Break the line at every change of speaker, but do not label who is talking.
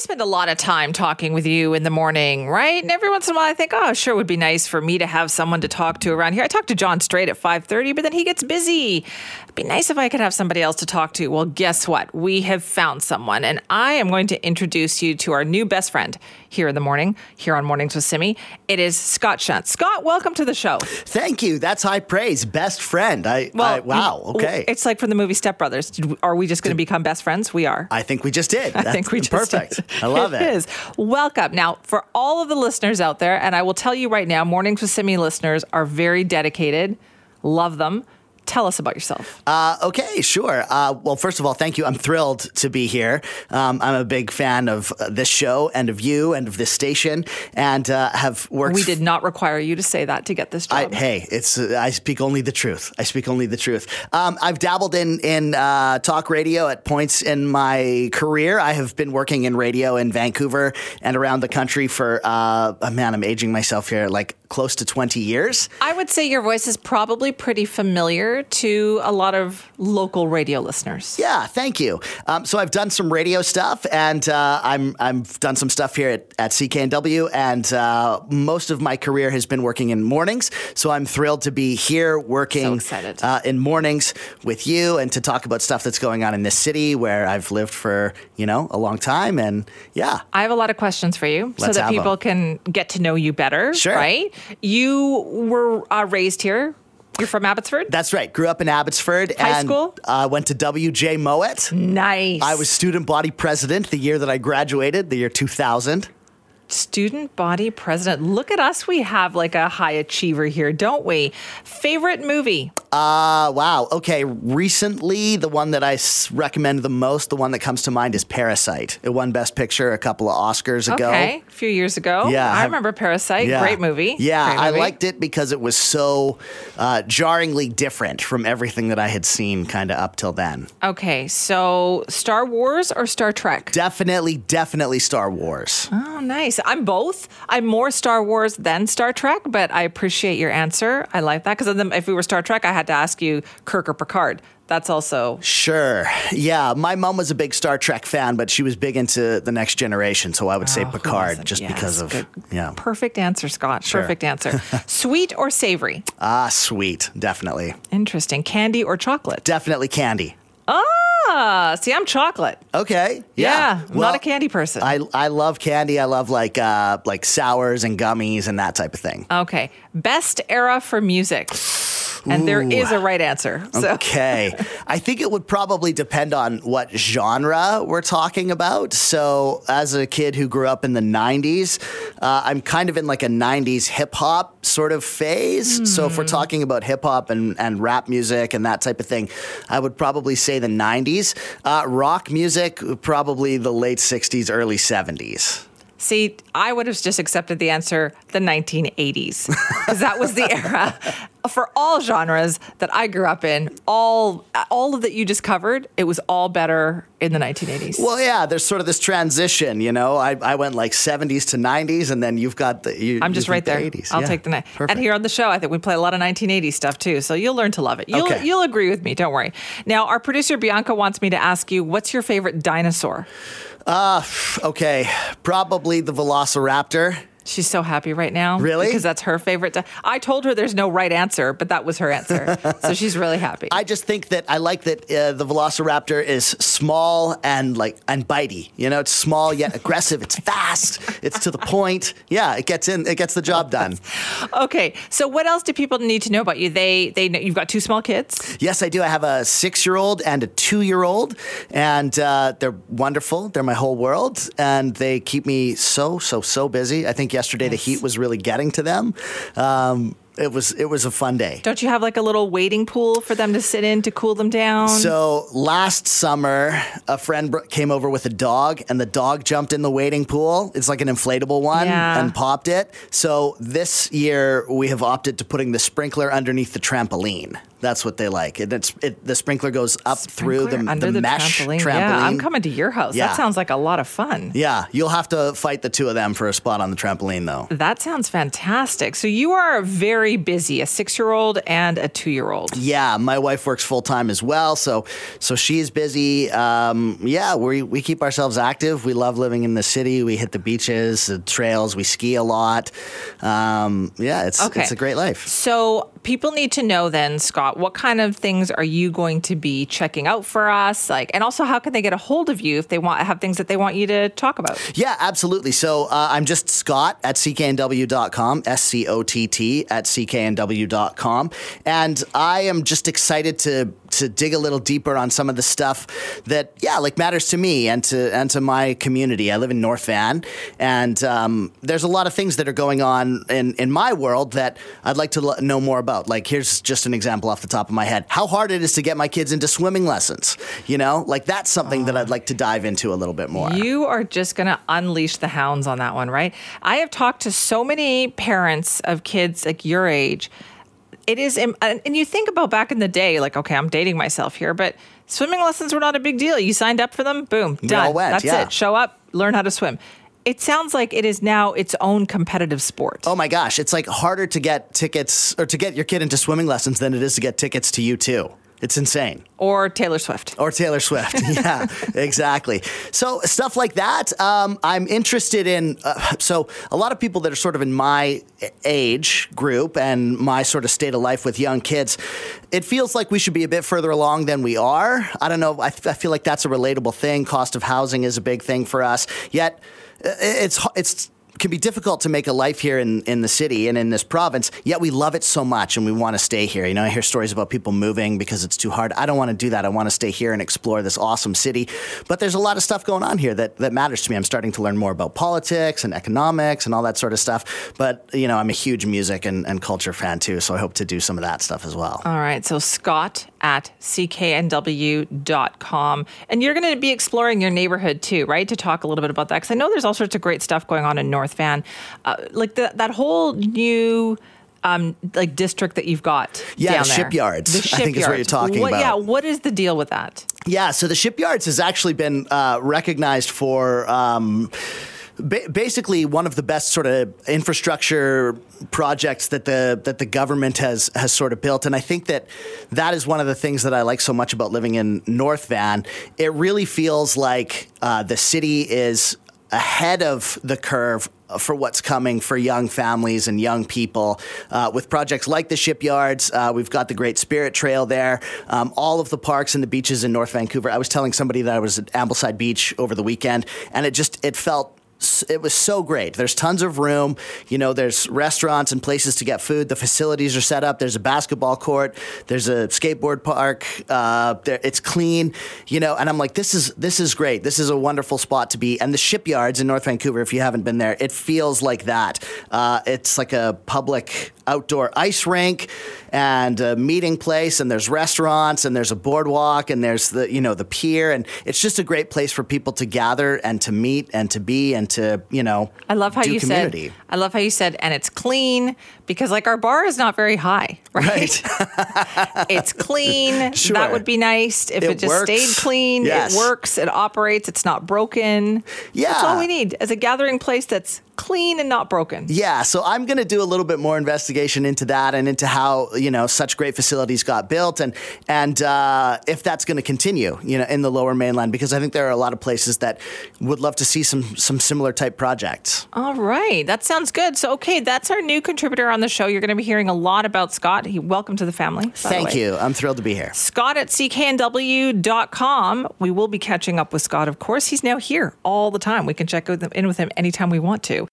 spend a lot of time talking with you in the morning, right? And every once in a while, I think, oh, sure, it would be nice for me to have someone to talk to around here. I talk to John Straight at five thirty, but then he gets busy. It'd be nice if I could have somebody else to talk to. Well, guess what? We have found someone, and I am going to introduce you to our new best friend here in the morning, here on Mornings with Simi. It is Scott Shunt. Scott, welcome to the show.
Thank you. That's high praise. Best friend. I, I wow. Okay.
It's like from the movie Step Brothers. Did- Are we just going to become best friends? We are.
I think we just did. That's
I think we just
perfect.
did.
I love it.
It is. Welcome. Now, for all of the listeners out there, and I will tell you right now, Mornings with Simi listeners are very dedicated. Love them. Tell us about yourself.
Uh, okay, sure. Uh, well, first of all, thank you. I'm thrilled to be here. Um, I'm a big fan of uh, this show and of you and of this station, and uh, have worked.
we did not require you to say that to get this
I,
job.
hey, it's uh, I speak only the truth. I speak only the truth. Um, I've dabbled in in uh, talk radio at points in my career. I have been working in radio in Vancouver and around the country for uh, oh, man, I'm aging myself here, like close to 20 years.
I would say your voice is probably pretty familiar to a lot of local radio listeners.
Yeah, thank you. Um, so I've done some radio stuff, and uh, I'm I've done some stuff here at, at CKNW, and uh, most of my career has been working in mornings. So I'm thrilled to be here
So
working
excited.
uh, in mornings with you, and to talk about stuff that's going on in this city where I've lived for you know a long time, and yeah.
I have a lot of questions for you so
Let's
that
have 'em.
people can get to know you better.
Sure.
Right? You were uh, raised here. You're from Abbotsford?
That's right. Grew up in Abbotsford.
High
and,
school?
Uh, went to W.J. Mowat.
nice.
I was student body president the year that I graduated, the year 2000.
student body president. Look at us. We have like a high achiever here, don't we? Favorite movie?
Uh, wow. Okay. Recently, the one that I s- recommend the most, the one that comes to mind is Parasite. It won Best Picture a couple of Oscars ago.
Okay. A few years ago.
Yeah,
I
I've-
remember Parasite.
Yeah.
Great movie.
Yeah,
Great
I
movie.
liked it because it was so uh, jarringly different from everything that I had seen kind of up till then.
Okay. So Star Wars or Star Trek?
Definitely, definitely Star Wars.
oh, nice. I'm both. I'm more Star Wars than Star Trek, but I appreciate your answer. I like that because if we were Star Trek, I had to ask you Kirk or Picard. That's also
Sure. Yeah, my mom was a big Star Trek fan, but she was big into the Next Generation, so I would
Oh,
say Picard
wasn't?
just
Yes,
because of
good.
yeah.
perfect answer, Scott. Perfect answer. Sweet or savory?
Ah, sweet. Definitely.
Interesting. Candy or chocolate?
Definitely candy.
Ah, see, I'm chocolate.
Okay.
Yeah,
Yeah.
I'm not a candy person.
I I love candy. I love like uh like sours and gummies and that type of thing.
okay, best era for music, and there is a right answer. So
Okay. I think it would probably depend on what genre we're talking about. So, as a kid who grew up in the 90s, uh, I'm kind of in like a 90s hip hop sort of phase. So, if we're talking about hip hop and, and rap music and that type of thing, I would probably say the 90s. Uh, rock music, probably the late 60s, early 70s.
see, I would have just accepted the answer the 1980s because that was the era for all genres that I grew up in. All all of that you just covered, it was all better in the 1980s.
Well, yeah, there's sort of this transition, you know. I, I went like 70s to 90s, and then you've got the. You,
I'm just
you've
right
got
there.
The 80s.
I'll
Yeah.
take the night. And
Perfect.
here on the show, I think we play a lot of 1980 stuff too. So you'll learn to love it. You'll
Okay.
you'll agree with me. Don't worry. Now, our producer Bianca wants me to ask you, what's your favorite dinosaur?
Okay, probably the Velociraptor.
She's so happy right now.
Really?
Because that's her favorite. Di- I told her there's no right answer, but that was her answer. so she's really happy.
I just think that I like that uh, the Velociraptor is small and like and bitey. You know, it's small yet aggressive. It's fast. It's to the point. Yeah, it gets in. It gets the job done.
okay. So what else do people need to know about you? They they know, you've got two small kids.
Yes, I do. I have a six-year-old and a two-year-old, and uh, they're wonderful. They're my whole world, and they keep me so, so, so busy. I think yesterday the heat was really getting to them. Um, it was, it was a fun day.
Don't you have like a little waiting pool for them to sit in to cool them down?
So last summer, a friend br- came over with a dog, and the dog jumped in the wading pool. It's like an inflatable one,
Yeah.
and popped it. So this year, we have opted to putting the sprinkler underneath the trampoline. That's what they like. And it's it, the sprinkler goes up
Sprinkler
through the,
under
the,
the
mesh
trampoline.
trampoline.
Yeah, I'm coming to your house.
Yeah.
That sounds like a lot of fun.
Yeah, you'll have to fight the two of them for a spot on the trampoline, though.
That sounds fantastic. So you are very busy, a six year old and a two year old.
Yeah, my wife works full time as well, so so she's busy. Um, yeah, we we keep ourselves active. We love living in the city. We hit the beaches, the trails. We ski a lot. Um, yeah, it's
Okay.
it's a great life.
So people need to know then, Scott, what kind of things are you going to be checking out for us? Like, and also how can they get a hold of you if they want have things that they want you to talk about?
Yeah, absolutely. So uh, I'm just Scott at cknw.com, S C O T T at cknw.com. And I am just excited to to dig a little deeper on some of the stuff that, yeah, like matters to me and to and to my community. I live in North Van, and um, there's a lot of things that are going on in, in my world that I'd like to l- know more about. Like, here's just an example off the top of my head how hard it is to get my kids into swimming lessons. You know, like that's something that I'd like to dive into a little bit more.
You are just going to unleash the hounds on that one, right? I have talked to so many parents of kids like your age. It is, im- and and you think about back in the day, like, okay, I'm dating myself here, but swimming lessons were not a big deal. You signed up for them, boom, done.
all went,
That's
yeah.
it. Show up, learn how to swim. It sounds like it is now its own competitive sport.
Oh my gosh, it's like harder to get tickets or to get your kid into swimming lessons than it is to get tickets to you too. It's insane.
Or Taylor Swift.
Or Taylor Swift. Yeah, exactly. So, stuff like that. Um, I'm interested in. Uh, so, a lot of people that are sort of in my age group and my sort of state of life with young kids, it feels like we should be a bit further along than we are. I don't know. I, f- I feel like that's a relatable thing. Cost of housing is a big thing for us. Yet, uh, it's, it's, can be difficult to make a life here in, in the city and in this province, yet we love it so much and we want to stay here. You know, I hear stories about people moving because it's too hard. I don't want to do that. I want to stay here and explore this awesome city. But there's a lot of stuff going on here that, that matters to me. I'm starting to learn more about politics and economics and all that sort of stuff. But, you know, I'm a huge music and, and culture fan too, so I hope to do some of that stuff as well.
All right. So Scott at cknw.com. And you're going to be exploring your neighborhood too, right? To talk a little bit about that. Because I know there's all sorts of great stuff going on in North Van. Uh, like the, that whole new. Um, like district that you've got.
Yeah,
down
the
there.
shipyards,
The
I think is what you're
shipyards.
talking
What-
about.
Yeah, what is the deal with that?
Yeah, so the shipyards has actually been uh, recognized for. Um, ba- Basically, one of the best sort of infrastructure projects that the that the government has has sort of built, and I think that that is one of the things that I like so much about living in North Van. It really feels like uh, the city is ahead of the curve for what's coming for young families and young people uh, with projects like the shipyards. Uh, we've got the Great Spirit Trail there, um, all of the parks and the beaches in North Vancouver. I was telling somebody that I was at Ambleside Beach over the weekend, and it just it felt s- it was so great. There's tons of room. You know, there's restaurants and places to get food. The facilities are set up. There's a basketball court. There's a skateboard park. Uh, there, it's clean. You know, and I'm like, this is this is great. This is a wonderful spot to be. And the shipyards in North Vancouver, if you haven't been there, it feels like that. Uh, it's like a public outdoor ice rink and a meeting place and there's restaurants and there's a boardwalk and there's the you know the pier and it's just a great place for people to gather and to meet and to be and to you know
I love how
do
you
community.
said. I love how you said, and it's clean because like our bar is not very high, right? it's clean.
Sure.
That would be nice if it,
It
just
works.
stayed clean.
Yes.
It works. It operates. It's not broken. that's all
Yeah.
we need as a gathering place that's clean and not broken.
Yeah, so I'm going to do a little bit more investigation into that and into how you know such great facilities got built and and uh, if that's going to continue, you know, in the Lower Mainland because I think there are a lot of places that would love to see some some similar type projects.
All right, that sounds good. So, okay, that's our new contributor on the show. You're going to be hearing a lot about Scott. He welcome to the family. by the
Thank
way.
you. I'm thrilled to be here.
Scott at cknw.com. We will be catching up with Scott, of course. He's now here all the time. We can check with- in with him anytime we want to.